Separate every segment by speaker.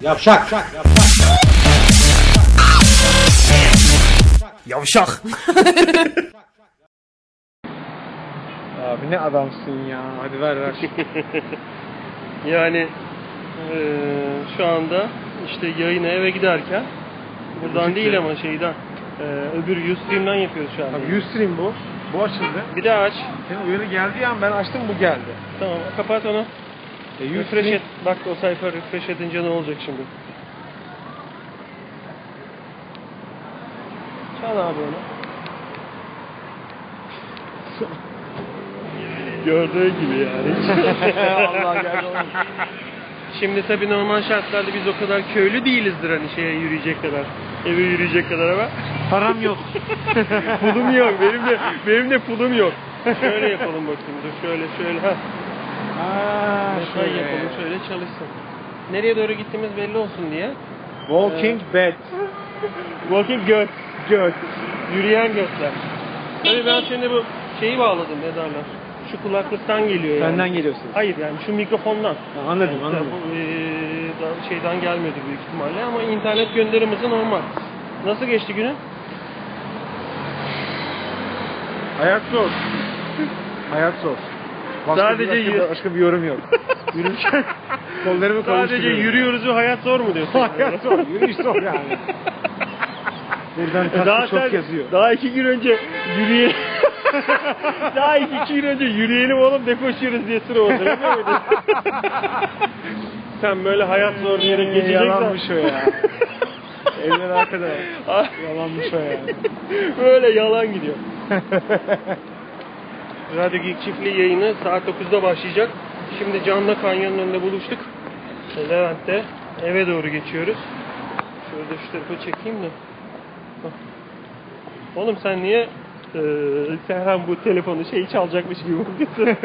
Speaker 1: Yavşak.
Speaker 2: Yavşak.
Speaker 3: Abi ne adamsın ya. Hadi ver ver.
Speaker 4: Yani eee, şu anda işte yayına eve giderken buradan değil ama şeyden eee, öbür Ustream'den yapıyoruz şu anda.
Speaker 3: Abi Ustream bu. Bu açıldı.
Speaker 4: Bir daha aç.
Speaker 3: Senin uyarı geldiği an ben açtım bu geldi.
Speaker 4: Tamam kapat onu.
Speaker 3: E,
Speaker 4: Refresh et. Bak o sayfa refresh edince ne olacak şimdi? Çal abi onu. Gördüğün gibi yani. Allah geldi Şimdi tabii normal şartlarda biz o kadar köylü değilizdir hani şeye yürüyecek kadar. Eve yürüyecek kadar ama
Speaker 3: Param yok.
Speaker 4: pulum yok. Benim de benim de pulum yok. Şöyle yapalım bakayım. Dur şöyle şöyle. Heh.
Speaker 3: Aa,
Speaker 4: Mesai şey yapalım şöyle çalışsın. Nereye doğru gittiğimiz belli olsun diye.
Speaker 3: Walking Bad.
Speaker 4: Walking göt. Göt. Yürüyen götler. Tabii ben şimdi bu şeyi bağladım ne derler. Şu kulaklıktan geliyor yani.
Speaker 3: Benden geliyorsun.
Speaker 4: Hayır yani şu mikrofondan.
Speaker 3: Ha, Anladım
Speaker 4: Yani
Speaker 3: anladım.
Speaker 4: bu, eee, daha şeyden gelmedi büyük ihtimalle ama internet gönderimizi normal. Nasıl geçti günün?
Speaker 3: Hayat zor. Hayat zor.
Speaker 4: Sadece
Speaker 3: bir, başka,
Speaker 4: yürü-
Speaker 3: başka bir yorum yok. Yürürken kollarımı
Speaker 4: Sadece
Speaker 3: konuşturuyorum.
Speaker 4: yürüyoruz ve hayat zor mu diyorsun?
Speaker 3: Hayat zor. Yürüyüş zor yani. Buradan
Speaker 4: E, daha
Speaker 3: tatlı çok
Speaker 4: sen-
Speaker 3: yazıyor.
Speaker 4: Daha iki gün önce yürüyelim. daha iki, iki gün önce yürüyelim oğlum ne koşuyoruz diye sıra oldu. biliyor muydun? sen böyle hayat zor diyerek
Speaker 3: Ee,
Speaker 4: geçeceksen.
Speaker 3: Yalanmış o ya. Evden arkada. Yalanmış o ya.
Speaker 4: böyle yalan gidiyor. Radyo Geek Çiftliği yayını saat 9'da başlayacak. Şimdi Can'la Kanya'nın önünde buluştuk. Levent'te eve doğru geçiyoruz. Şurada şu tarafa çekeyim de. Hah. Oğlum sen niye eee Serhan bu telefonu şeyi çalacakmış gibi bakıyorsun?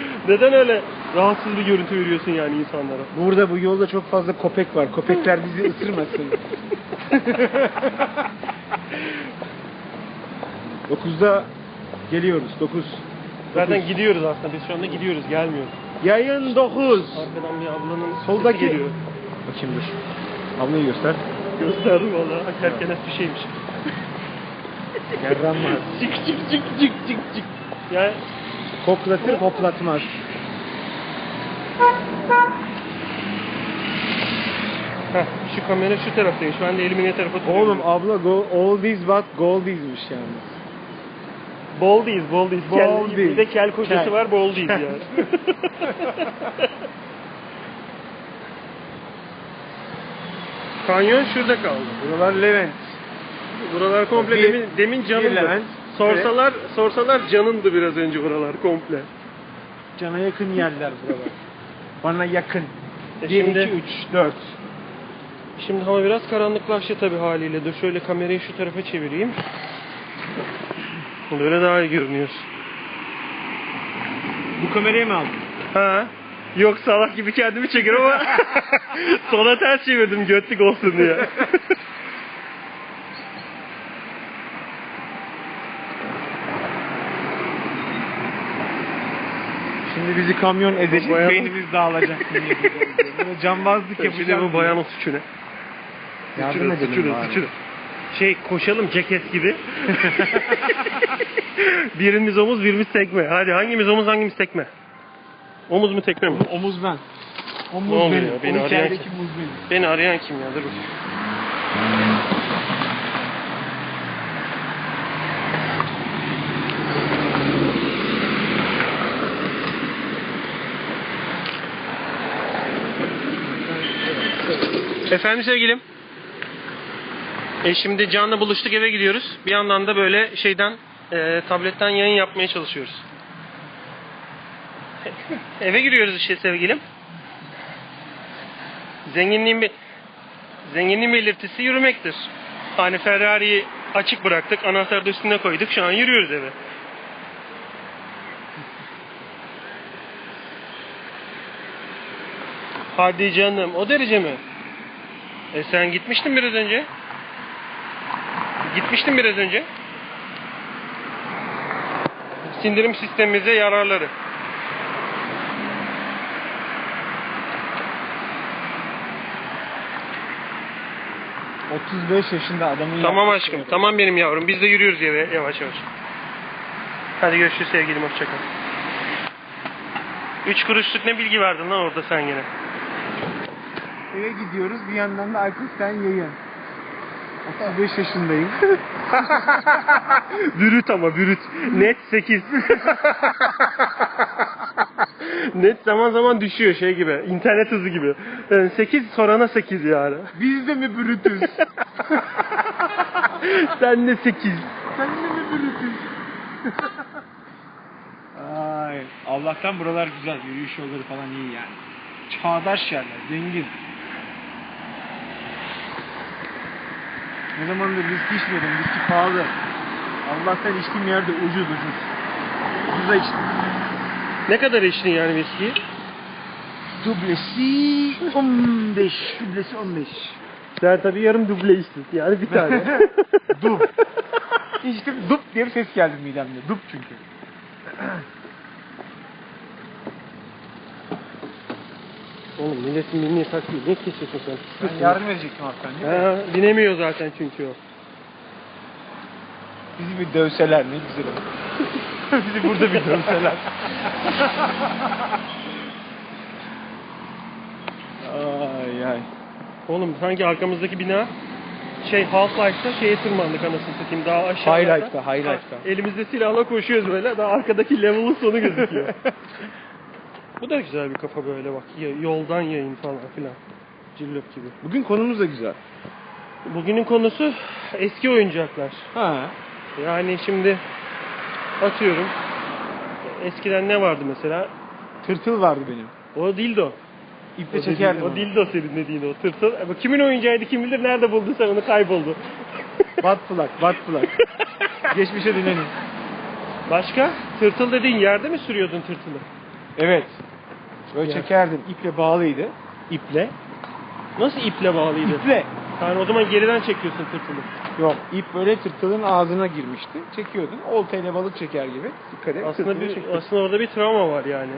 Speaker 4: Neden öyle rahatsız bir görüntü veriyorsun yani insanlara?
Speaker 3: Burada bu yolda çok fazla köpek var. Köpekler bizi ısırmasın. 9'da geliyoruz. 9.
Speaker 4: Zaten gidiyoruz aslında biz şu anda gidiyoruz gelmiyoruz.
Speaker 3: Yayın 9.
Speaker 4: Arkadan bir ablanın
Speaker 3: Solda
Speaker 4: sesi
Speaker 3: geliyor. Bakayım dur. Ablayı göster.
Speaker 4: Gösterdim valla. Hakikaten bir şeymiş.
Speaker 3: Yerden var.
Speaker 4: Cik cik cik cik cik cik. Yani
Speaker 3: Koklatır hoplatmaz.
Speaker 4: heh, şu kamera şu taraftayım. Şu anda elimi ne tarafa tutuyorum?
Speaker 3: Oğlum abla go, all these but goldies'miş yani.
Speaker 4: Boldies, Boldies.
Speaker 3: Boldies.
Speaker 4: Kel, bir de kel kocası
Speaker 3: Kel.
Speaker 4: var, Boldies yani. Kanyon şurada kaldı.
Speaker 3: Buralar Levent.
Speaker 4: Buralar komple
Speaker 3: Bir-
Speaker 4: demin, demin
Speaker 3: bir
Speaker 4: canındı.
Speaker 3: Levent,
Speaker 4: Sorsalar, sorsalar canındı biraz önce buralar komple.
Speaker 3: Cana yakın yerler buralar. Bana yakın. 1,
Speaker 4: E şimdi-
Speaker 3: 2, 3, 4.
Speaker 4: Şimdi hava biraz karanlıklaştı tabii haliyle. Dur şöyle kamerayı şu tarafa çevireyim. Böyle daha iyi görünüyor.
Speaker 3: Bu kamerayı mı aldın?
Speaker 4: Ha? Yok salak gibi kendimi çekiyorum ama sola ters çevirdim götlük olsun diye.
Speaker 3: E Şimdi bizi kamyon ezecek, E
Speaker 4: bayağı-
Speaker 3: beynimiz dağılacak. Bunu cambazlık
Speaker 4: Şimdi
Speaker 3: yapacağım.
Speaker 4: bu bayanın suçu ne?
Speaker 3: Yardım
Speaker 4: Suçu ne, suçu ne,
Speaker 3: edelim bari.
Speaker 4: suçu ne? Şey koşalım ceket gibi. birimiz omuz birimiz tekme. Hadi hangimiz omuz hangimiz tekme? Omuz mu tekme mi?
Speaker 3: Bu Omuz ben.
Speaker 4: Ne
Speaker 3: Omuz
Speaker 4: oluyor?
Speaker 3: benim. o
Speaker 4: Beni arayan
Speaker 3: hikayedeki
Speaker 4: kim?
Speaker 3: muz benim.
Speaker 4: Beni arayan kim ya? Dur bakayım. Efendim sevgilim. E şimdi Can'la buluştuk eve gidiyoruz. Bir yandan da böyle şeyden e, tabletten yayın yapmaya çalışıyoruz. eve giriyoruz işte sevgilim. Zenginliğin bir zenginliğin belirtisi yürümektir. Hani Ferrari'yi açık bıraktık, anahtarı da üstüne koyduk. Şu an yürüyoruz eve. Hadi canım, o derece mi? E sen gitmiştin biraz önce. Gitmiştin biraz önce. sindirim sistemimize yararları.
Speaker 3: ya. 35 yaşında adamın
Speaker 4: Tamam
Speaker 3: yaptığı
Speaker 4: aşkım.
Speaker 3: şey.
Speaker 4: Tamam benim yavrum. Biz de yürüyoruz yava- yavaş yavaş. Hadi görüşürüz sevgilim. Hoşçakal. Üç kuruşluk ne bilgi verdin lan orada sen gene?
Speaker 3: Eve gidiyoruz bir yandan da Aykut sen yayın. 35 yaşındayım.
Speaker 4: bürüt ama bürüt. Net 8. Net zaman zaman düşüyor şey gibi. internet hızı gibi. Yani 8 sorana 8 yani.
Speaker 3: Biz de mi brütüz?
Speaker 4: Sen de 8.
Speaker 3: Sen de mi brütüz? Ay, Allah'tan buralar güzel. Yürüyüş yolları falan iyi yani. Çağdaş yerler, zengin. Ne zamandır viski içmiyordum, viski pahalı. Allah'tan içtiğim yerde ucuz ucuz. Ucuza içtim.
Speaker 4: Ne kadar içtin yani viskiyi?
Speaker 3: Dublesi 15. Dublesi 15.
Speaker 4: Sen tabii yarım duble içtin. Yani bir tane.
Speaker 3: Dub. İçtim dup diye bir ses geldi midemde. Dup çünkü.
Speaker 4: Oğlum milletin milli takviye. Ne kesiyorsun sen?
Speaker 3: Ben yardım edecektim hastaneye.
Speaker 4: Ha, binemiyor zaten çünkü o.
Speaker 3: Bizi bir dövseler ne güzel olur. Bizi burada bir dövseler. ay ay.
Speaker 4: Oğlum sanki arkamızdaki bina şey Half-Life'da şeye tırmandık anasını satayım daha aşağıda.
Speaker 3: High-Life'da, High-Life'da.
Speaker 4: Ha, Elimizde silahla koşuyoruz böyle daha arkadaki level'ın sonu gözüküyor. Bu da güzel bir kafa böyle bak y- yoldan yayın falan filan. Cillop gibi.
Speaker 3: Bugün konumuz da güzel.
Speaker 4: Bugünün konusu eski oyuncaklar.
Speaker 3: Ha.
Speaker 4: Yani şimdi atıyorum eskiden ne vardı mesela?
Speaker 3: Tırtıl vardı benim.
Speaker 4: O dildo. O
Speaker 3: İple
Speaker 4: dediğin-
Speaker 3: çekerdim.
Speaker 4: O
Speaker 3: O
Speaker 4: dildo senin dediğin o tırtıl. Ama kimin oyuncağıydı kim bilir nerede buldun sen onu kayboldu.
Speaker 3: Bat plak, bat plak. Geçmişe dönelim.
Speaker 4: Başka? Tırtıl dediğin yerde mi sürüyordun tırtılı?
Speaker 3: Evet. Böyle
Speaker 4: Ya.
Speaker 3: çekerdim. İple bağlıydı.
Speaker 4: İple. Nasıl iple bağlıydı?
Speaker 3: İple.
Speaker 4: Yani o zaman geriden çekiyorsun tırtılı.
Speaker 3: Yok. ip böyle tırtılın ağzına girmişti. Çekiyordun. Oltayla balık çeker gibi. Dikkat et.
Speaker 4: Aslında
Speaker 3: tırtılı
Speaker 4: bir
Speaker 3: çektin.
Speaker 4: aslında orada bir travma var yani.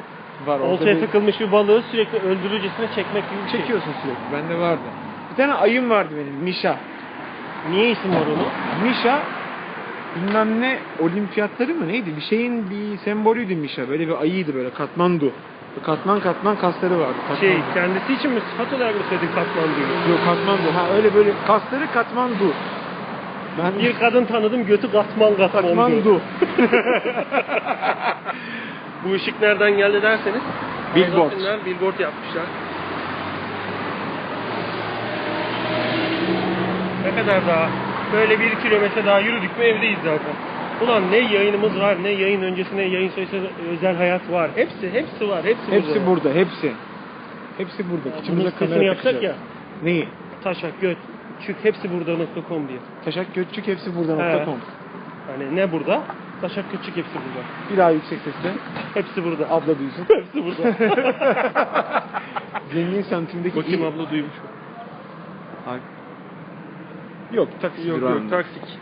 Speaker 3: var. orada
Speaker 4: Oltaya
Speaker 3: bir-
Speaker 4: takılmış bir balığı sürekli öldürücesine çekmek gibi bir şey.
Speaker 3: Çekiyorsun sürekli. Bende vardı. Bir tane ayım vardı benim. Mişa.
Speaker 4: Niye isim var onun?
Speaker 3: Mişa bilmem ne olimpiyatları mı neydi? Bir şeyin bir sembolüydü Mişa. Böyle bir ayıydı böyle Katmandu. Böyle Katman katman kasları vardı. Katmandu.
Speaker 4: Şey, kendisi için mi sıfat olarak mı söyledin katman diyor?
Speaker 3: Yok Katmandu. Ha öyle böyle kasları Katmandu. Ben
Speaker 4: Bir kadın tanıdım götü katman katman
Speaker 3: Katmandu.
Speaker 4: Bu ışık nereden geldi derseniz.
Speaker 3: Billboard.
Speaker 4: Ayvalık'tan Billboard yapmışlar. Ne kadar daha? Böyle bir kilometre daha yürüdük mü evdeyiz zaten. Ulan ne yayınımız var, ne yayın öncesi, ne yayın sonrası özel hayat var. Hepsi, hepsi var, hepsi,
Speaker 3: Hepsi
Speaker 4: burada.
Speaker 3: burada. Hepsi. Hepsi burada.
Speaker 4: Ya
Speaker 3: İçimize
Speaker 4: bunun
Speaker 3: kamera
Speaker 4: sitesini yapsak
Speaker 3: takacağız.
Speaker 4: ya.
Speaker 3: Neyi?
Speaker 4: Taşak, göt, çük, hepsi burada.com diye.
Speaker 3: Taşak Götçük hepsi burada.com.
Speaker 4: Hani ne burada? Taşak, göt, çük, hepsi burada.
Speaker 3: Bir daha yüksek sesle.
Speaker 4: Hepsi burada.
Speaker 3: Abla duysun.
Speaker 4: Hepsi burada.
Speaker 3: Zengin semtimdeki
Speaker 4: Bakayım
Speaker 3: iyi-
Speaker 4: abla duymuş.
Speaker 3: Ay. Yok taksi
Speaker 4: Yok yok
Speaker 3: durağında.
Speaker 4: taksik.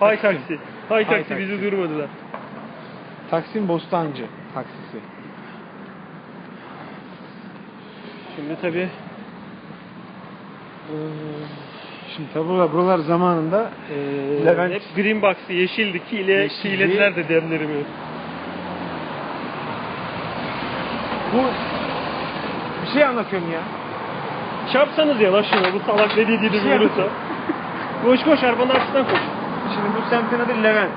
Speaker 4: Hay taksi. Hay
Speaker 3: Hay
Speaker 4: taksi
Speaker 3: taksi.
Speaker 4: bizi durmadılar.
Speaker 3: Taksim Bostancı taksisi.
Speaker 4: Şimdi tabii
Speaker 3: Ee, Şimdi tabi buralar, buralar zamanında e,
Speaker 4: eee
Speaker 3: Levent-
Speaker 4: e, hep Green Box'ı yeşildi. Kile,
Speaker 3: Yeşildi.
Speaker 4: Kilediler de demlerimi.
Speaker 3: bu bir şey anlatıyorum ya.
Speaker 4: Çarpsanız ya lan şuna bu salak ne dediğini
Speaker 3: Bir şey
Speaker 4: vurursa. koş koş arabanın arkasından koş.
Speaker 3: Şimdi bu semtin adı Levent.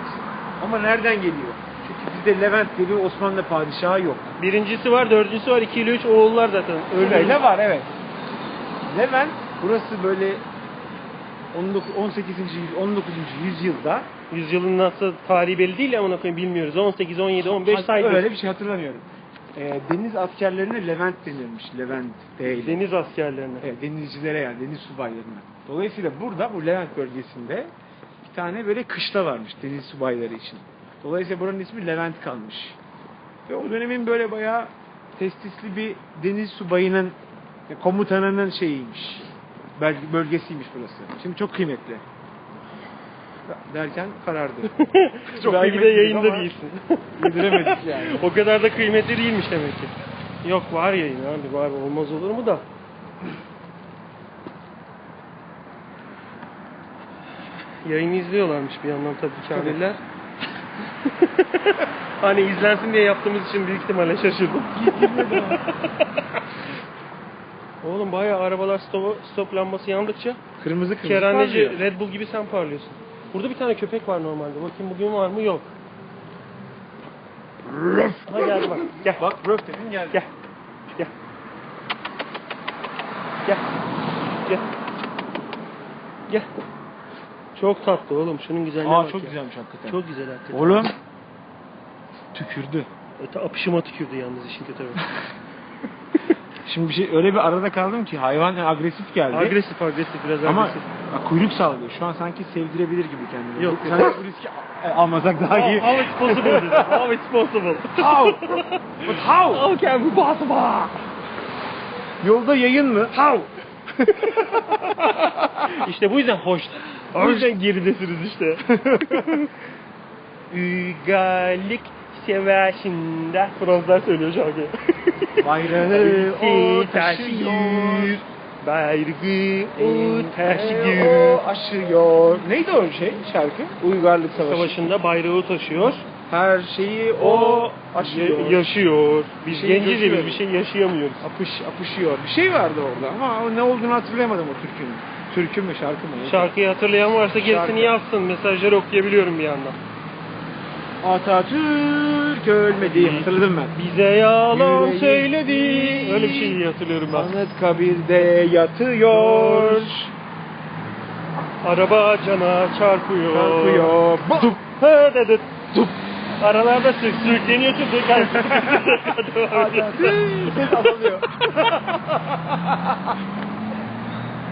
Speaker 3: Ama nereden geliyor? Çünkü bizde Levent diye bir Osmanlı padişahı yok.
Speaker 4: Birincisi var, dördüncüsü var, iki ile üç oğullar zaten. Öyle.
Speaker 3: var evet. Levent burası böyle 19 18. yüz- 19. yüzyılda
Speaker 4: Yüzyılın nasıl tarihi belli değil ama koyayım bilmiyoruz. 18, 17, 15
Speaker 3: Hat-
Speaker 4: saydık.
Speaker 3: Öyle bir şey hatırlamıyorum. Ee, deniz askerlerine Levent denirmiş. Levent değil.
Speaker 4: Deniz askerlerine.
Speaker 3: Evet, denizcilere yani deniz subaylarına. Dolayısıyla burada bu Levent bölgesinde bir tane böyle kışla varmış deniz subayları için. Dolayısıyla buranın ismi Levent kalmış. Ve o dönemin böyle bayağı testisli bir deniz subayının e, komutanının şeyiymiş. bel- Bölgesiymiş burası. Şimdi çok kıymetli. derken karardı.
Speaker 4: Belki de
Speaker 3: kıymetliyiz
Speaker 4: yayında
Speaker 3: ama
Speaker 4: değilsin.
Speaker 3: Yediremedik yani.
Speaker 4: o kadar da kıymetli değilmiş demek ki. Yok var yayın abi var olmaz olur mu da. Yayını izliyorlarmış bir yandan tabii kamiller. hani izlensin diye yaptığımız için büyük ihtimalle şaşırdım. Oğlum bayağı arabalar stop, stop lambası yandıkça
Speaker 3: Kırmızı kırmızı
Speaker 4: Kerhaneci
Speaker 3: parlıyor.
Speaker 4: Red Bull gibi sen parlıyorsun. Burada bir tane köpek var normalde. Bakayım bugün var mı? Yok. Ha gel bak. Gel.
Speaker 3: Bak röf dedin geldi.
Speaker 4: Gel. Gel. Gel. Gel. Gel. Çok tatlı oğlum. Şunun güzelliğine
Speaker 3: Aa
Speaker 4: bak
Speaker 3: çok
Speaker 4: ya.
Speaker 3: güzelmiş hakikaten.
Speaker 4: Çok güzel hakikaten.
Speaker 3: Oğlum tükürdü.
Speaker 4: Öte apışıma tükürdü yalnız işin kötü tarafı.
Speaker 3: Şimdi bir şey öyle bir arada kaldım ki hayvan agresif geldi.
Speaker 4: agresif agresif biraz
Speaker 3: Ama
Speaker 4: agresif.
Speaker 3: bak, kuyruk sallıyor. Şu an sanki sevdirebilir gibi kendini.
Speaker 4: Yok.
Speaker 3: Sen bu riski a- almasak daha
Speaker 4: How,
Speaker 3: iyi.
Speaker 4: how it's possible dedim. How it's possible.
Speaker 3: How? But how?
Speaker 4: How can we possible?
Speaker 3: Yolda yayın mı? How?
Speaker 4: İşte bu yüzden hoş. O yüzden geridesiniz işte. Ügalik savaşında Fransızlar söylüyor şarkıyı.
Speaker 3: Bayrağı o
Speaker 4: Ülke
Speaker 3: taşıyor.
Speaker 4: Bayrı o
Speaker 3: O
Speaker 4: taşıyor.
Speaker 3: aşıyor. Neydi o şey şarkı? Uygarlık Savaşı.
Speaker 4: Savaşında bayrağı taşıyor.
Speaker 3: Her şeyi o
Speaker 4: O
Speaker 3: aşıyor.
Speaker 4: ya- yaşıyor. Biz
Speaker 3: Bir şey
Speaker 4: genciz ya
Speaker 3: yaşıyor.
Speaker 4: biz bir şey yaşayamıyoruz.
Speaker 3: Apış, apışıyor. Bir şey vardı orada ama o ne olduğunu hatırlayamadım o türkünün. Türkü mü şarkı mı?
Speaker 4: Şarkıyı hatırlayan varsa
Speaker 3: Şarkı.
Speaker 4: gerisini yazsın. Mesajları okuyabiliyorum bir yandan.
Speaker 3: Atatürk ölmedi. Hatırladım ben.
Speaker 4: Bize yalan
Speaker 3: Yüreği-
Speaker 4: söyledi. Öyle bir şey hatırlıyorum ben.
Speaker 3: Anıtkabir'de yatıyor.
Speaker 4: Araba cana çarpıyor.
Speaker 3: Kalkıyor. Dup.
Speaker 4: Hı dedi.
Speaker 3: Dup.
Speaker 4: Aralarda sür sürükleniyorsun. Dur gel. Devam ediyor.
Speaker 3: Ses azalıyor.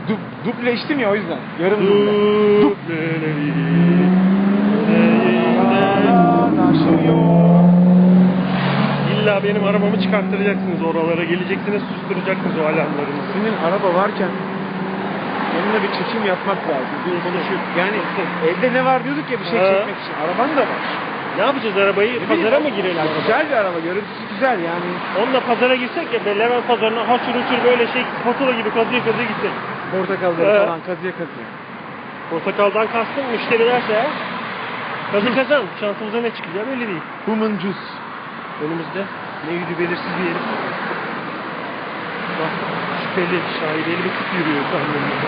Speaker 3: Dup, dupleştim ya o yüzden. Yarım duple.
Speaker 4: Dubleleri yüreğinden.
Speaker 3: Aşıyor.
Speaker 4: İlla benim arabamı çıkarttıracaksınız oralara. Geleceksiniz susturacaksınız o alarmlarını.
Speaker 3: Senin araba varken yanına bir çekim yapmak lazım. Bir konuşup. Yani evde ne var diyorduk ya bir şey
Speaker 4: Ha.
Speaker 3: çekmek için. Araban da var.
Speaker 4: Ne yapacağız arabayı? Pazara mı girelim?
Speaker 3: Ya
Speaker 4: araba?
Speaker 3: Güzel bir araba. Görüntüsü güzel yani.
Speaker 4: Onunla pazara girsek ya be, Levent pazarına haşır uçur böyle şey patula gibi kazıya kazıya gitsek.
Speaker 3: Portakalları
Speaker 4: Ha.
Speaker 3: falan kazıya kazıya.
Speaker 4: Portakaldan kastım müşterilerse eğer. Kazı kazan. Şansımıza ne çıkacağı belli değil.
Speaker 3: Human juice.
Speaker 4: Önümüzde ne yüzü belirsiz bir herif. Bak şüpheli, şaibeli bir tip yürüyor sanırım.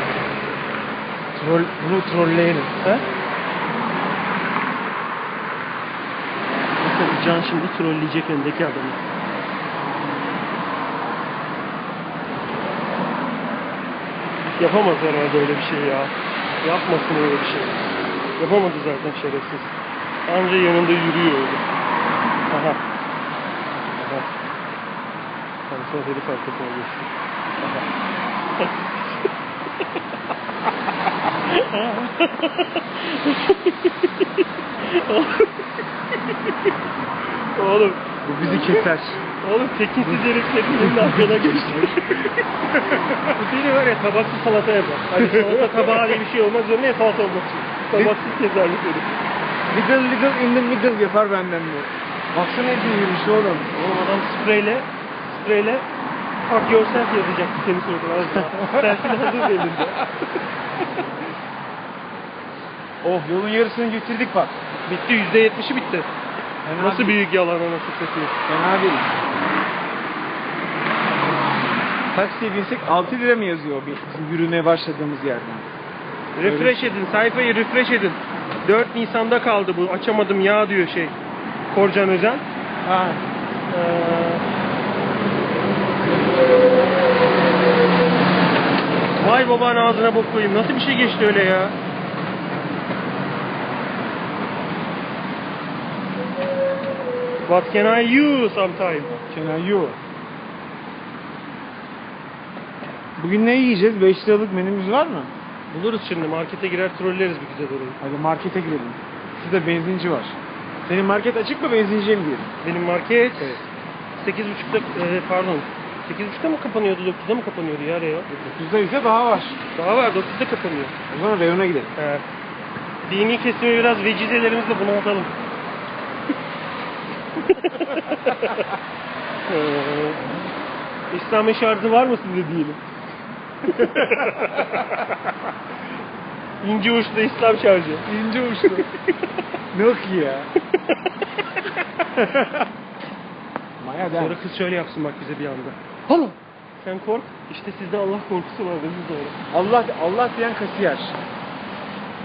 Speaker 3: Troll, bunu trolleyelim.
Speaker 4: He? Bakalım Can şimdi trolleyecek öndeki adamı. Yapamaz herhalde öyle bir şey ya. Yapmasın öyle bir şey. Yapamadı zaten şerefsiz. Anca yanında yürüyor öyle. Aha. Aha. Sen sonra herif arkasına geçsin. Oğlum,
Speaker 3: Bu bizi keser.
Speaker 4: oğlum tekinsiz herif hepimizin arkana geçti. Bu beni var ya tabaksız salata yapar. Hani salata tabağı diye bir şey olmaz zorunda ya salata olmak için. Tabaksız keserlik herif.
Speaker 3: Little little in the middle yapar benden bu. Baksana ne yürüyüş oğlum.
Speaker 4: Oğlum adam spreyle, spreyle fuck yourself yazacak seni sorduğun az daha. Tersin hazır elinde.
Speaker 3: Oh yolun yarısını getirdik bak.
Speaker 4: Bitti yüzde yetmişi bitti.
Speaker 3: Fena
Speaker 4: Nasıl
Speaker 3: değil.
Speaker 4: büyük yalan anasını satayım.
Speaker 3: Fena değil. Taksiye binsek 6 lira mı yazıyor bir bizim yürümeye başladığımız yerden?
Speaker 4: Refresh edin, sayfayı refresh edin. 4 Nisan'da kaldı bu. Açamadım ya diyor şey. Korcan Özen.
Speaker 3: Ha.
Speaker 4: Ee, Vay baban ağzına bok koyayım. Nasıl bir şey geçti öyle ya? What can I use sometime?
Speaker 3: Can I you? Bugün ne yiyeceğiz? 5 liralık menümüz var mı?
Speaker 4: Buluruz şimdi markete girer trolleriz bir güzel orayı.
Speaker 3: Hadi markete girelim. Şurada benzinci var. Senin market açık mı benzinciye mi girelim?
Speaker 4: Benim market 8.30'da e, pardon 8.30'da mı kapanıyordu 9'da mı kapanıyordu ya Reyo?
Speaker 3: 9'da ise daha var.
Speaker 4: Daha var 9'da kapanıyor.
Speaker 3: O zaman reyona gidelim.
Speaker 4: He. dini kesimi biraz vecizelerimizle bunaltalım. Ee, İslam'ın şartı var mı size diyelim? İnce uçlu İslam şarjı.
Speaker 3: İnce uçlu. Yok ya. Maya der.
Speaker 4: Sonra kız şöyle yapsın bak bize bir anda.
Speaker 3: Hala.
Speaker 4: Sen kork. İşte sizde Allah korkusu var dedi doğru.
Speaker 3: Allah Allah diyen kasiyer.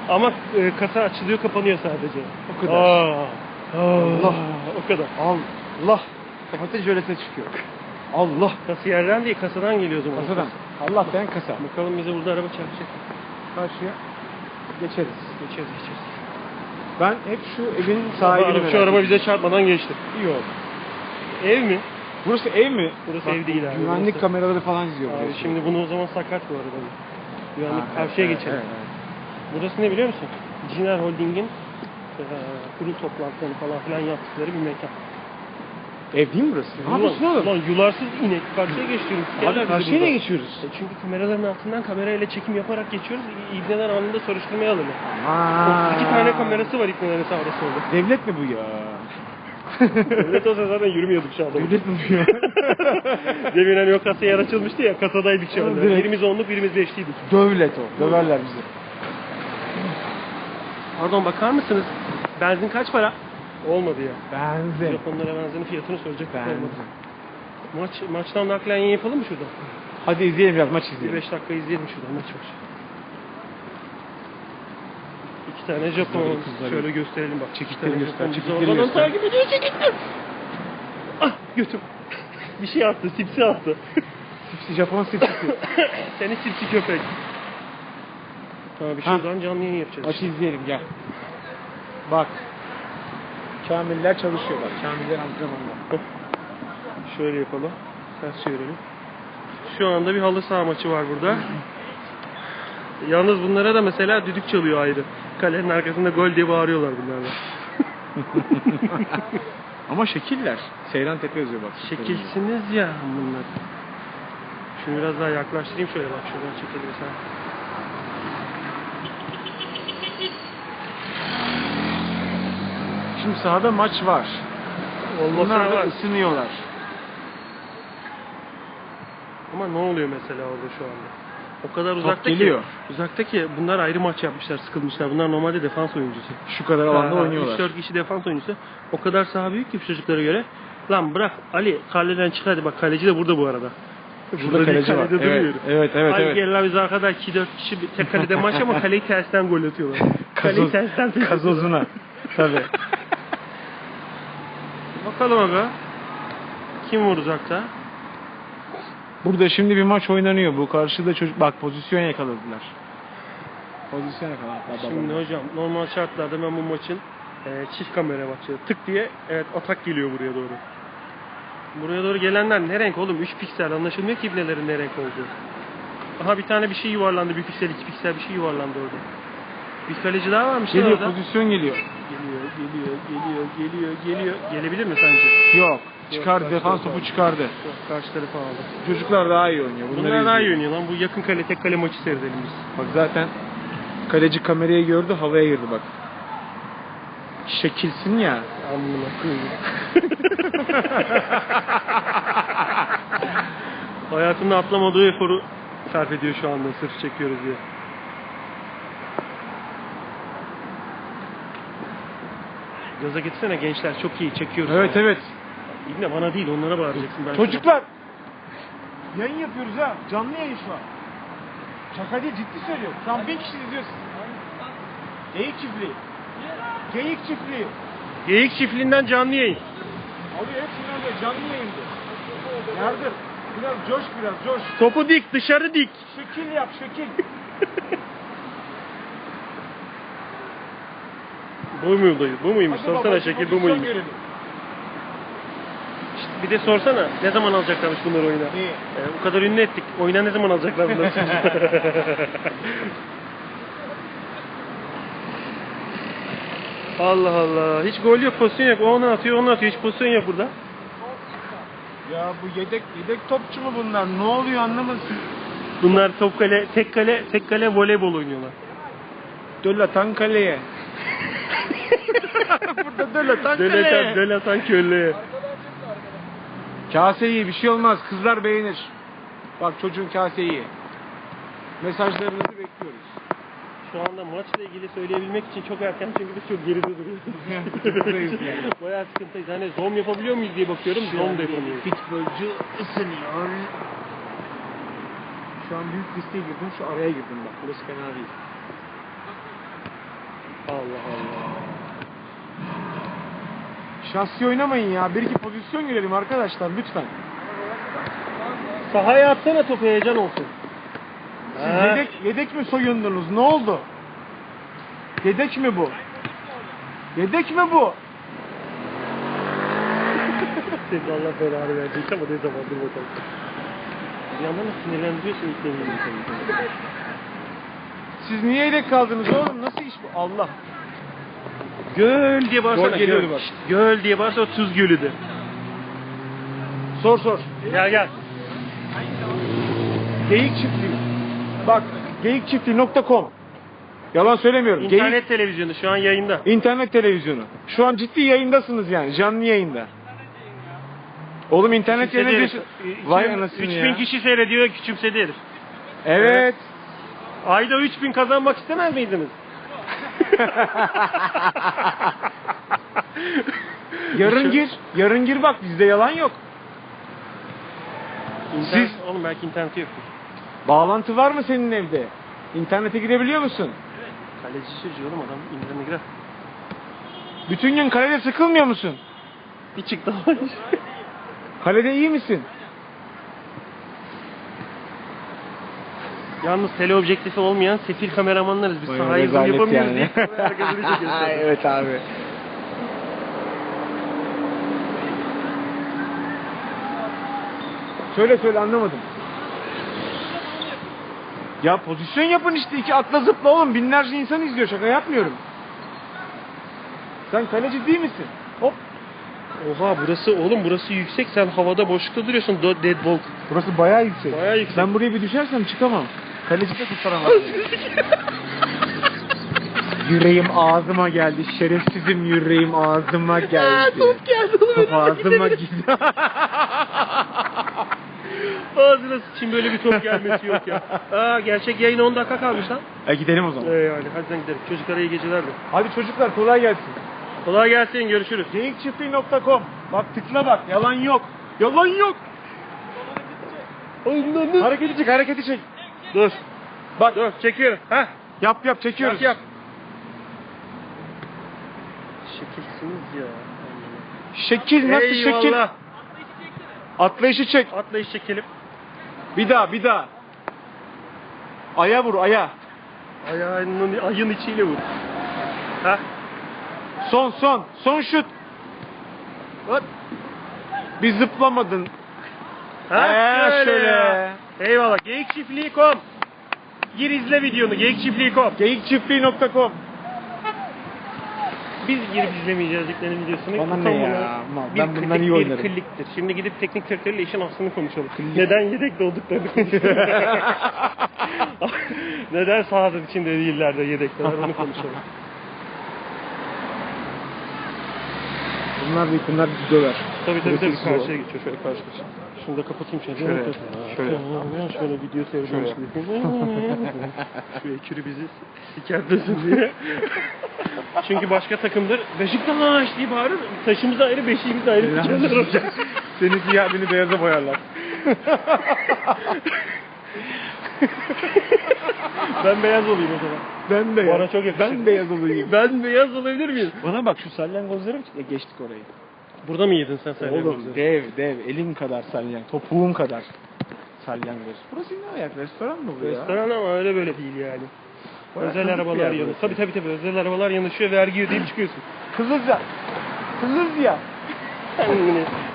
Speaker 4: Ama e, kasa açılıyor kapanıyor sadece.
Speaker 3: O kadar.
Speaker 4: Aa, Allah. O kadar.
Speaker 3: Allah. Kapatın jölesine çıkıyor. Allah.
Speaker 4: Kasiyerden değil kasadan geliyor o zaman.
Speaker 3: Kasadan. Allah diyen kasa.
Speaker 4: Bakalım bize burada araba çarpacak.
Speaker 3: Karşıya geçeriz.
Speaker 4: Geçeceğiz geçeceğiz.
Speaker 3: Ben hep şu evin
Speaker 4: Araba-
Speaker 3: sahibini
Speaker 4: şu
Speaker 3: merak
Speaker 4: araba
Speaker 3: ediyorum.
Speaker 4: bize çarpmadan geçti.
Speaker 3: iyi oldu.
Speaker 4: Ev mi?
Speaker 3: Burası ev mi?
Speaker 4: Burası ev değil abi,
Speaker 3: Güvenlik
Speaker 4: burası-
Speaker 3: kameraları falan izliyor
Speaker 4: Abi
Speaker 3: burası.
Speaker 4: şimdi bunu o zaman sakat bu arada. Güvenlik
Speaker 3: Ha,
Speaker 4: karşıya
Speaker 3: evet,
Speaker 4: geçelim.
Speaker 3: evet, evet.
Speaker 4: Burası ne biliyor musun? Ciner Holding'in e, kurul toplantılarını falan filan yaptıkları bir mekan.
Speaker 3: Ev değil mi burası? Ne yapıyorsun
Speaker 4: Ulan-
Speaker 3: oğlum?
Speaker 4: Ulan yularsız inek karşıya geçiyoruz.
Speaker 3: Abi karşıya niye geçiyoruz?
Speaker 4: Çünkü kameraların altından kamerayla çekim yaparak geçiyoruz. İ- İbneler anında soruşturmaya alınır.
Speaker 3: Aman.
Speaker 4: 32 tane kamerası var İbneler'in sağda solda.
Speaker 3: Devlet mi bu ya?
Speaker 4: Devlet olsa zaten yürümüyorduk şu anda.
Speaker 3: Devlet mi bu ya?
Speaker 4: Demin hani o kasa yer açılmıştı ya kasadaydık şu anda.
Speaker 3: Direkt.
Speaker 4: Birimiz onluk birimiz beşliydik.
Speaker 3: Dövlet o. Döverler bizi.
Speaker 4: Pardon bakar mısınız? Benzin kaç para? Olmadı ya.
Speaker 3: Benzin.
Speaker 4: Telefonlara benzinin fiyatını soracak. Olmadı.
Speaker 3: Benzin.
Speaker 4: Maç, maçtan naklen yayın yapalım mı şurada?
Speaker 3: Hadi izleyelim biraz maç
Speaker 4: Bir
Speaker 3: izleyelim.
Speaker 4: beş dakika izleyelim şurada maç var. İki tane Japon.
Speaker 3: Kızları, kızları.
Speaker 4: Şöyle gösterelim bak.
Speaker 3: Çekikleri
Speaker 4: İki
Speaker 3: göster,
Speaker 4: tane Japon bizi
Speaker 3: çekikleri
Speaker 4: oradan
Speaker 3: göster.
Speaker 4: takip ediyor çekikler. Ah götüm. Bir şey attı. Sipsi attı.
Speaker 3: Sipsi, Japon sipsisi.
Speaker 4: Seni sipsi köpek. Abi şuradan canlı yayın yapacağız.
Speaker 3: Maçı izleyelim gel. Bak. Kamiller çalışıyor bak. Kamiller antrenmanda.
Speaker 4: Şöyle yapalım. Ters çevirelim. Şu anda bir halı saha maçı var burada. Yalnız bunlara da mesela düdük çalıyor ayrı. Kalenin arkasında gol diye bağırıyorlar bunlar da.
Speaker 3: Ama şekiller. Seyran Tepe yazıyor bak.
Speaker 4: Şekilsiniz ya bunlar. Şunu biraz daha yaklaştırayım şöyle bak şuradan çekebilirsen.
Speaker 3: Şimdi sahada maç var.
Speaker 4: Olmasa
Speaker 3: Bunlar da
Speaker 4: var.
Speaker 3: ısınıyorlar.
Speaker 4: Ama ne oluyor mesela orada şu anda? O kadar uzakta
Speaker 3: geliyor.
Speaker 4: ki. Uzakta ki bunlar ayrı maç yapmışlar, sıkılmışlar. Bunlar normalde defans oyuncusu.
Speaker 3: Şu kadar alanda
Speaker 4: Ha, ha,
Speaker 3: oynuyorlar.
Speaker 4: 3-4 kişi defans oyuncusu. O kadar saha büyük ki bu çocuklara göre. Lan bırak Ali kaleden çık hadi bak kaleci de burada bu arada.
Speaker 3: Burada kaleci var. Evet, evet, evet.
Speaker 4: Hadi
Speaker 3: evet.
Speaker 4: gel lan biz arkada 2-4 kişi bir tek kalede maç ama kaleyi tersten gol atıyorlar. kaleyi
Speaker 3: Gazoz-
Speaker 4: tersten
Speaker 3: Gazozuna. Tabii.
Speaker 4: Bakalım aga. Kim var uzakta?
Speaker 3: Burada şimdi bir maç oynanıyor. Bu karşıda çocuk bak pozisyon yakaladılar. Pozisyon yakaladılar.
Speaker 4: Şimdi hocam normal şartlarda ben bu maçın e, çift kamera maçı tık diye evet atak geliyor buraya doğru. Buraya doğru gelenler ne renk oğlum? 3 piksel anlaşılmıyor ki ibnelerin ne renk olduğu. Aha bir tane bir şey yuvarlandı. Bir piksel, iki piksel bir şey yuvarlandı orada. Bir kaleci daha varmış lan
Speaker 3: geliyor
Speaker 4: orada.
Speaker 3: pozisyon geliyor.
Speaker 4: Geliyor, geliyor, geliyor, geliyor, geliyor. Gelebilir mi sence?
Speaker 3: Yok. Çıkardı
Speaker 4: karşı
Speaker 3: defans
Speaker 4: tarafa
Speaker 3: topu
Speaker 4: aldı.
Speaker 3: çıkardı.
Speaker 4: Yok, Karşı tarafa aldı.
Speaker 3: Çocuklar daha iyi oynuyor. Bunları
Speaker 4: Bunlar daha iyi
Speaker 3: izliyor.
Speaker 4: oynuyor lan. Bu yakın kale, tek kale maçı seyredelim biz.
Speaker 3: Bak zaten kaleci kamerayı gördü havaya girdi bak. Şekilsin ya.
Speaker 4: Amına koyayım. Hayatında atlamadığı eforu sarf ediyor şu anda sırf çekiyoruz diye. Gaza gitsene gençler çok iyi çekiyoruz.
Speaker 3: Evet evet.
Speaker 4: İbne bana değil onlara bağıracaksın. Ben
Speaker 3: Çocuklar. Yayın yapıyoruz ha. Canlı yayın şu an. Şaka değil ciddi söylüyorum. Şu an bin kişi izliyor sizi. Geyik çiftliği. Geyik çiftliği.
Speaker 4: sana- Geyik çiftliğinden canlı yayın.
Speaker 3: Abi hepsini orada canlı yayında. Yardır. Biraz coş biraz coş.
Speaker 4: Topu dik dışarı dik.
Speaker 3: Şekil yap şekil.
Speaker 4: Bu muydu? Bu muymuş?
Speaker 3: Hadi
Speaker 4: Sorsana
Speaker 3: babacığım,
Speaker 4: şekil bu
Speaker 3: pozisyon
Speaker 4: muymuş?
Speaker 3: görelim.
Speaker 4: İşte bir de sorsana ne zaman alacaklarmış bunları oyuna?
Speaker 3: Neyi?
Speaker 4: Ee, o kadar ünlü ettik. Oyuna ne zaman alacaklar bunları? Allah Allah. Hiç gol yok, pozisyon yok. O onu atıyor, onu atıyor. Hiç pozisyon yok burada.
Speaker 3: Ya bu yedek yedek topçu mu bunlar? Ne oluyor anlamadım.
Speaker 4: Bunlar top kale, tek kale, tek kale voleybol oynuyorlar.
Speaker 3: Döl atan kaleye. Burada dölatan
Speaker 4: Döleten,
Speaker 3: kale.
Speaker 4: döleten kölleye.
Speaker 3: Kase iyi bir şey olmaz. Kızlar beğenir. Bak çocuğun kase iyi. Mesajlarınızı bekliyoruz.
Speaker 4: Şu anda maçla ilgili söyleyebilmek için çok erken çünkü biz çok geride duruyoruz.
Speaker 3: Buradayız yani.
Speaker 4: Bayağı sıkıntıyız. Hani zom yapabiliyor muyuz diye bakıyorum.
Speaker 3: Şey
Speaker 4: Zom da yapamıyoruz.
Speaker 3: Futbolcu ısınıyor. Şu an büyük listeye girdim. Şu araya girdim bak. Burası fena değil.
Speaker 4: Allah Allah.
Speaker 3: Şahsi oynamayın ya. Bir iki pozisyon girelim arkadaşlar lütfen.
Speaker 4: Sahaya atsana topu heyecan olsun.
Speaker 3: Siz
Speaker 4: Ha.
Speaker 3: yedek, yedek mi soyundunuz? Ne oldu? Yedek mi bu? Yedek mi bu?
Speaker 4: Senin Allah belanı verecek ama ne zamandır bakalım. Bir yandan da sinirlendiriyor şey ilk
Speaker 3: Siz niye yedek kaldınız oğlum? Nasıl iş bu? Allah.
Speaker 4: Göl diye bağırsa
Speaker 3: Gol geliyordu bak.
Speaker 4: Göl diye bağırsa o tuz gölüdü.
Speaker 3: Sor sor.
Speaker 4: Gel gel.
Speaker 3: Geyik çiftliği. Bak geyikçiftliği.com Yalan söylemiyorum.
Speaker 4: İnternet
Speaker 3: Geyik,
Speaker 4: televizyonu şu an yayında.
Speaker 3: internet televizyonu. Şu an ciddi yayındasınız yani. Canlı yayında. Oğlum internet
Speaker 4: Küçümsedi
Speaker 3: yayını
Speaker 4: herif.
Speaker 3: diyorsun.
Speaker 4: İki-
Speaker 3: Vay anasını
Speaker 4: 3000
Speaker 3: ya.
Speaker 4: kişi seyrediyor küçümsedi herif.
Speaker 3: Evet.
Speaker 4: Ayda 3000 kazanmak istemez miydiniz?
Speaker 3: Yarın gir. Yarın gir bak bizde yalan yok.
Speaker 4: İnternet, Siz... Oğlum belki interneti yok.
Speaker 3: Bağlantı var mı senin evde? İnternete girebiliyor musun?
Speaker 4: Kaleci çocuğu oğlum adam internete girer.
Speaker 3: Bütün gün kalede sıkılmıyor musun?
Speaker 4: Bir çıktı
Speaker 3: Kalede iyi misin?
Speaker 4: Yalnız teleobjektifi olmayan sefil kameramanlarız. Biz sahayı zoom yapamıyoruz diye. Herkese bir şey gösteriyor.
Speaker 3: evet abi. Söyle söyle anlamadım. Ya pozisyon yapın işte iki atla zıpla oğlum binlerce insan izliyor şaka yapmıyorum. Sen kaleci değil misin? Hop.
Speaker 4: Oha burası oğlum burası yüksek sen havada boşlukta duruyorsun Do- dead ball.
Speaker 3: Burası bayağı yüksek.
Speaker 4: Bayağı yüksek.
Speaker 3: Ben buraya bir düşersem çıkamam. Kaleci de kurtaramam. yüreğim ağzıma geldi. Şerefsizim yüreğim ağzıma geldi.
Speaker 4: top geldi oğlum.
Speaker 3: Top
Speaker 4: önüme
Speaker 3: ağzıma
Speaker 4: gidelim.
Speaker 3: gitti.
Speaker 4: Ağzına sıçayım böyle bir top gelmesi yok ya. Aa gerçek yayın 10 dakika kalmış lan.
Speaker 3: E gidelim o
Speaker 4: Ee,
Speaker 3: zaman.
Speaker 4: yani hadi sen gidelim. Çocuklara iyi geceler de.
Speaker 3: Hadi çocuklar kolay gelsin.
Speaker 4: Kolay gelsin görüşürüz.
Speaker 3: Geyikçiftliği.com Bak tıkla bak. Yalan yok. Yalan yok. Hareketi çek hareketi çek.
Speaker 4: Dur.
Speaker 3: Bak
Speaker 4: Dur çekiyorum. Hah.
Speaker 3: yap yap çekiyoruz.
Speaker 4: Yap yap. Şekilsiniz ya.
Speaker 3: Şekil nasıl şekil?
Speaker 4: Eyvallah.
Speaker 3: Atlayışı çek.
Speaker 4: Atlayış çekelim.
Speaker 3: Bir daha bir daha. Aya vur aya.
Speaker 4: Ayağının ayın içiyle vur. Ha?
Speaker 3: Son son son şut. Hop. Bir zıplamadın.
Speaker 4: Ha?
Speaker 3: Ee,
Speaker 4: şöyle.
Speaker 3: şöyle.
Speaker 4: ya. Eyvallah. Geyikçiftliği.com Gir izle videonu. Geyikçiftliği.com
Speaker 3: Geyikçiftliği.com
Speaker 4: Biz girip izlemeyeceğiz yüklenin videosunu.
Speaker 3: Bana ne
Speaker 4: Utanmadan
Speaker 3: ya? Mal,
Speaker 4: bir
Speaker 3: ben bundan
Speaker 4: kliklik,
Speaker 3: iyi oynarım.
Speaker 4: Bir kliktir. Şimdi gidip teknik direktörle işin aslını konuşalım. Neden yedekte olduklarını konuşalım. Neden sahanın içinde değiller de yedekteler onu konuşalım.
Speaker 3: Bunlar değil bunlar bizi döver.
Speaker 4: Tabii tabii
Speaker 3: Burası
Speaker 4: tabii
Speaker 3: bizi döver.
Speaker 4: karşıya geçiyor şöyle karşı karşıya. Şunu da kapatayım şöyle.
Speaker 3: Şöyle, şöyle.
Speaker 4: Şöyle, şöyle video
Speaker 3: Şöyle.
Speaker 4: seyredilmiş gibi. Şu ekürü bizi siker desin diye. Çünkü başka takımdır. Beşiktaş diye bağırır. Taşımız ayrı, beşiğimiz ayrı. Kendiler olacak.
Speaker 3: Seni siyah beni beyaza boyarlar.
Speaker 4: Ben beyaz olayım o zaman.
Speaker 3: Ben de
Speaker 4: Bana çok yakışır.
Speaker 3: Ben beyaz olayım.
Speaker 4: Ben beyaz olabilir miyim?
Speaker 3: Bana bak şu salyangozlara mı çıktı? Geçtik orayı.
Speaker 4: Burada mı yedin sen sen?
Speaker 3: Oğlum dev dev elim kadar salyangoz. Topuğum kadar salyangoz. Burası ne ayak? Restoran mı bu ya?
Speaker 4: Restoran ama öyle böyle değil yani.
Speaker 3: Bayağı
Speaker 4: özel
Speaker 3: kızık bir
Speaker 4: arabalar
Speaker 3: yer
Speaker 4: yanı.
Speaker 3: burası.
Speaker 4: Tabii tabii tabii özel arabalar yanışıyor vergi ödeyip çıkıyorsun.
Speaker 3: Kızılca. Kızılca.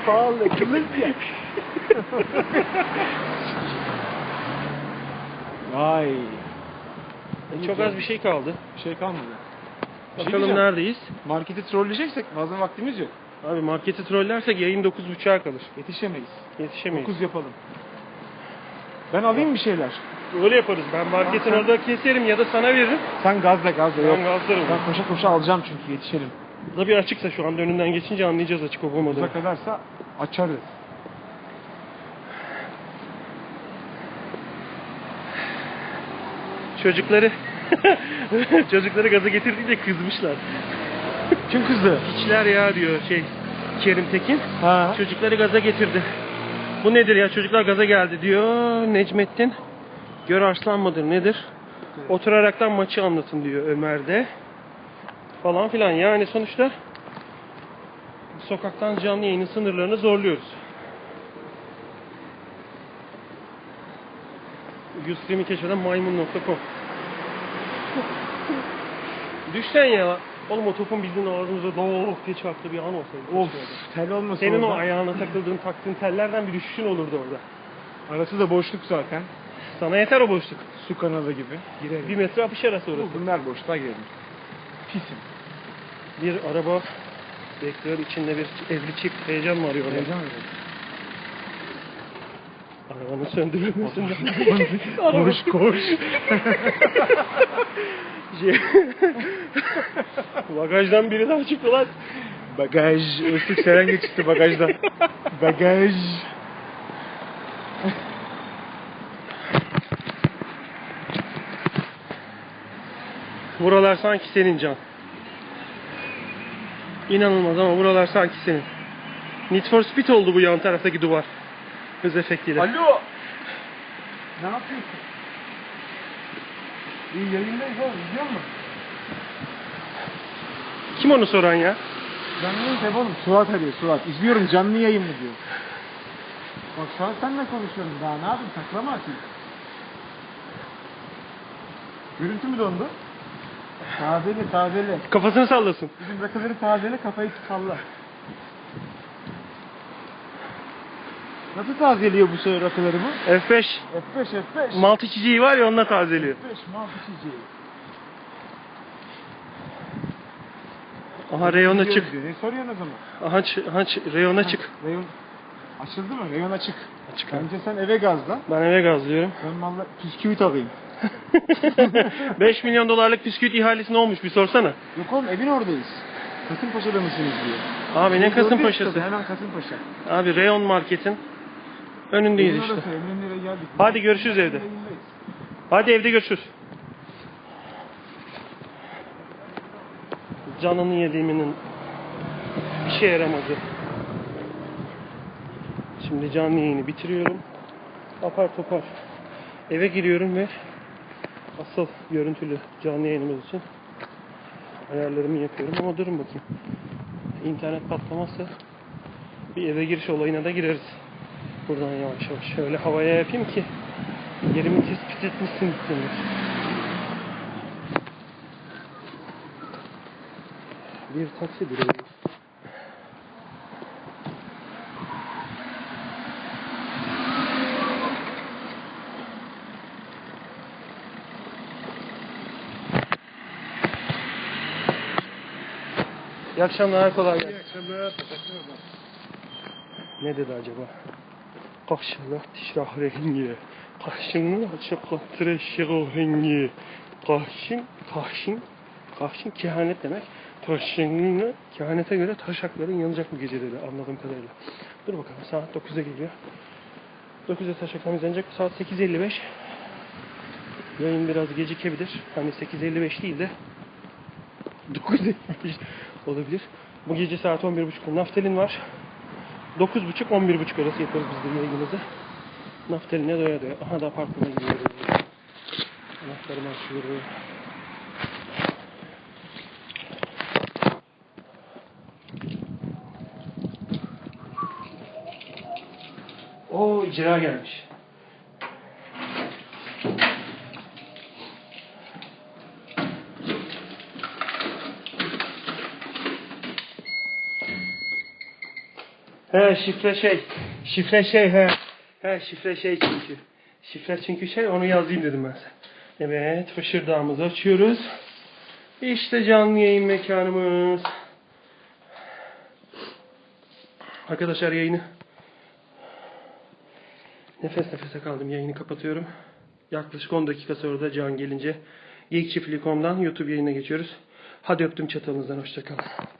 Speaker 3: Pahalı Kızılca. Vay.
Speaker 4: E, Çok az bir şey kaldı.
Speaker 3: Bir şey kalmadı. Bir şey
Speaker 4: Bakalım
Speaker 3: diyeceğim.
Speaker 4: neredeyiz?
Speaker 3: Marketi trolleyeceksek fazla vaktimiz yok.
Speaker 4: Abi marketi trollersek yayın 9.30'a kalır.
Speaker 3: Yetişemeyiz.
Speaker 4: Yetişemeyiz.
Speaker 3: Dokuz yapalım. Ben alayım bir şeyler.
Speaker 4: Öyle yaparız. Ben marketin orada keserim ya da sana veririm.
Speaker 3: Sen gazla gazla
Speaker 4: Ben
Speaker 3: yok.
Speaker 4: gazlarım.
Speaker 3: Ben koşa koşa alacağım çünkü yetişelim.
Speaker 4: Tabii açıksa şu anda önünden geçince anlayacağız açık olup olmadığını.
Speaker 3: Sonsuza kadarsa açarız.
Speaker 4: Çocukları çocukları gaza getirdiğince kızmışlar.
Speaker 3: Kim kızdı?
Speaker 4: İçler ya diyor şey Kerim Tekin.
Speaker 3: Ha.
Speaker 4: Çocukları gaza getirdi. Bu nedir ya çocuklar gaza geldi diyor Necmettin. Gör arslan mıdır nedir? Oturaraktan maçı anlatın diyor Ömer'de. Falan filan yani sonuçta sokaktan canlı yayının sınırlarını zorluyoruz. Ustream'i keşfeden maymun.com Düşsen ya. Oğlum o topun bizim ağzımıza doğru diye çarptı bir an olsaydı.
Speaker 3: Of
Speaker 4: Keşke.
Speaker 3: tel olmasa
Speaker 4: Senin o
Speaker 3: orada.
Speaker 4: ayağına takıldığın taktığın tellerden bir düşüşün olurdu orada.
Speaker 3: Arası da boşluk zaten.
Speaker 4: Sana yeter o boşluk.
Speaker 3: Su kanalı gibi. Girelim.
Speaker 4: Bir metre apış arası orası.
Speaker 3: Bunlar boşluğa girelim. Pisim.
Speaker 4: Bir araba bekliyor. içinde bir evli çift heyecan var orada.
Speaker 3: Heyecan verici.
Speaker 4: Arabanın söndürülmesinden. Araba-
Speaker 3: koş koş.
Speaker 4: Bagajdan biri daha çıktı lan.
Speaker 3: Bagaj. Öztürk Serenge çıktı bagajdan. Bagaj.
Speaker 4: Buralar sanki senin can. İnanılmaz ama buralar sanki senin. Need for Speed oldu bu yan taraftaki duvar. Hız efektiyle.
Speaker 3: Alo. Ne yapıyorsun? İyi yayındayız oğlum biliyor musun?
Speaker 4: Kim onu soran ya?
Speaker 3: Canlı yayın tabi oğlum. Suat arıyor Suat. İzliyorum canlı yayın mı diyor. Bak şu an seninle konuşuyorum daha ne yapayım taklama atayım. Görüntü mü dondu? Tazele tazele.
Speaker 4: Kafasını sallasın.
Speaker 3: Bizim rakıları tazele kafayı salla. Nasıl tazeliyor bu şey sefer rakılarımı?
Speaker 4: F5
Speaker 3: F5 F5.
Speaker 4: malt içeceği var ya onunla tazeliyor.
Speaker 3: F5 mal içeceği.
Speaker 4: Aha reyona çık.
Speaker 3: Diyor. Ne soruyorsun o zaman?
Speaker 4: Aha, ç- aha ç- reyona çık.
Speaker 3: Reyon açıldı mı? Reyon açık.
Speaker 4: Açık abi.
Speaker 3: Bence sen eve gazla.
Speaker 4: Ben eve gazlıyorum.
Speaker 3: Ben malla bisküvi alayım.
Speaker 4: 5 milyon dolarlık bisküvit ihalesi ne olmuş bir sorsana.
Speaker 3: Yok oğlum evin oradayız. Kasımpaşa'da mısınız diyor.
Speaker 4: Abi ne
Speaker 3: Biz oradayız tabii,
Speaker 4: Kasımpaşa'sı?
Speaker 3: Hemen Kasımpaşa.
Speaker 4: Abi reyon marketin önündeyiz
Speaker 3: Evin
Speaker 4: işte.
Speaker 3: orası, Emre'nin eve geldik.
Speaker 4: Hadi görüşürüz evde.
Speaker 3: Yayındayız.
Speaker 4: Hadi evde görüşürüz. Canını yediğiminin işe yaramadı. Şimdi canlı yayını bitiriyorum. Apar topar eve giriyorum ve asıl görüntülü canlı yayınımız için ayarlarımı yapıyorum ama durun bakayım. İnternet patlamazsa bir eve giriş olayına da gireriz. Buradan yavaş yavaş şöyle havaya yapayım ki Yerimi tespit etmişsin demek. Bir taksi duruyor. İyi akşamlar, kolay gelsin.
Speaker 3: akşamlar. Teşekkür ederim.
Speaker 4: Ne dedi acaba? Kaşına tişrah rengi, kaşını açıklattır şığı rengi. Kaşın, kaşın, kaşın kehanet demek. Taşını kehanete göre taşakların yanacak bu gece dedi anladığım kadarıyla. Dur bakalım saat 9'a geliyor. 9'da taşaklarımız yanacak. Bu saat 8.55. Yayın biraz gecikebilir. Hani 8.55 değil de 9.55 olabilir. Bu gece saat 11.30'da naftalin var. 9.30 11.30 arası yaparız biz de yayınımızı. Naftaline doya doya. Aha da apartmana gidiyoruz. Anahtarımı açıyorum. O icra gelmiş. He şifre şey. Şifre şey he. He şifre şey çünkü. Şifre çünkü şey onu yazayım dedim ben size. Evet fışırdağımızı açıyoruz. İşte canlı yayın mekanımız. Arkadaşlar yayını nefes nefese kaldım. Yayını kapatıyorum. Yaklaşık 10 dakika sonra da Can gelince Geek Çiftliği.com'dan YouTube yayına geçiyoruz. Hadi öptüm çatalınızdan. Hoşçakalın.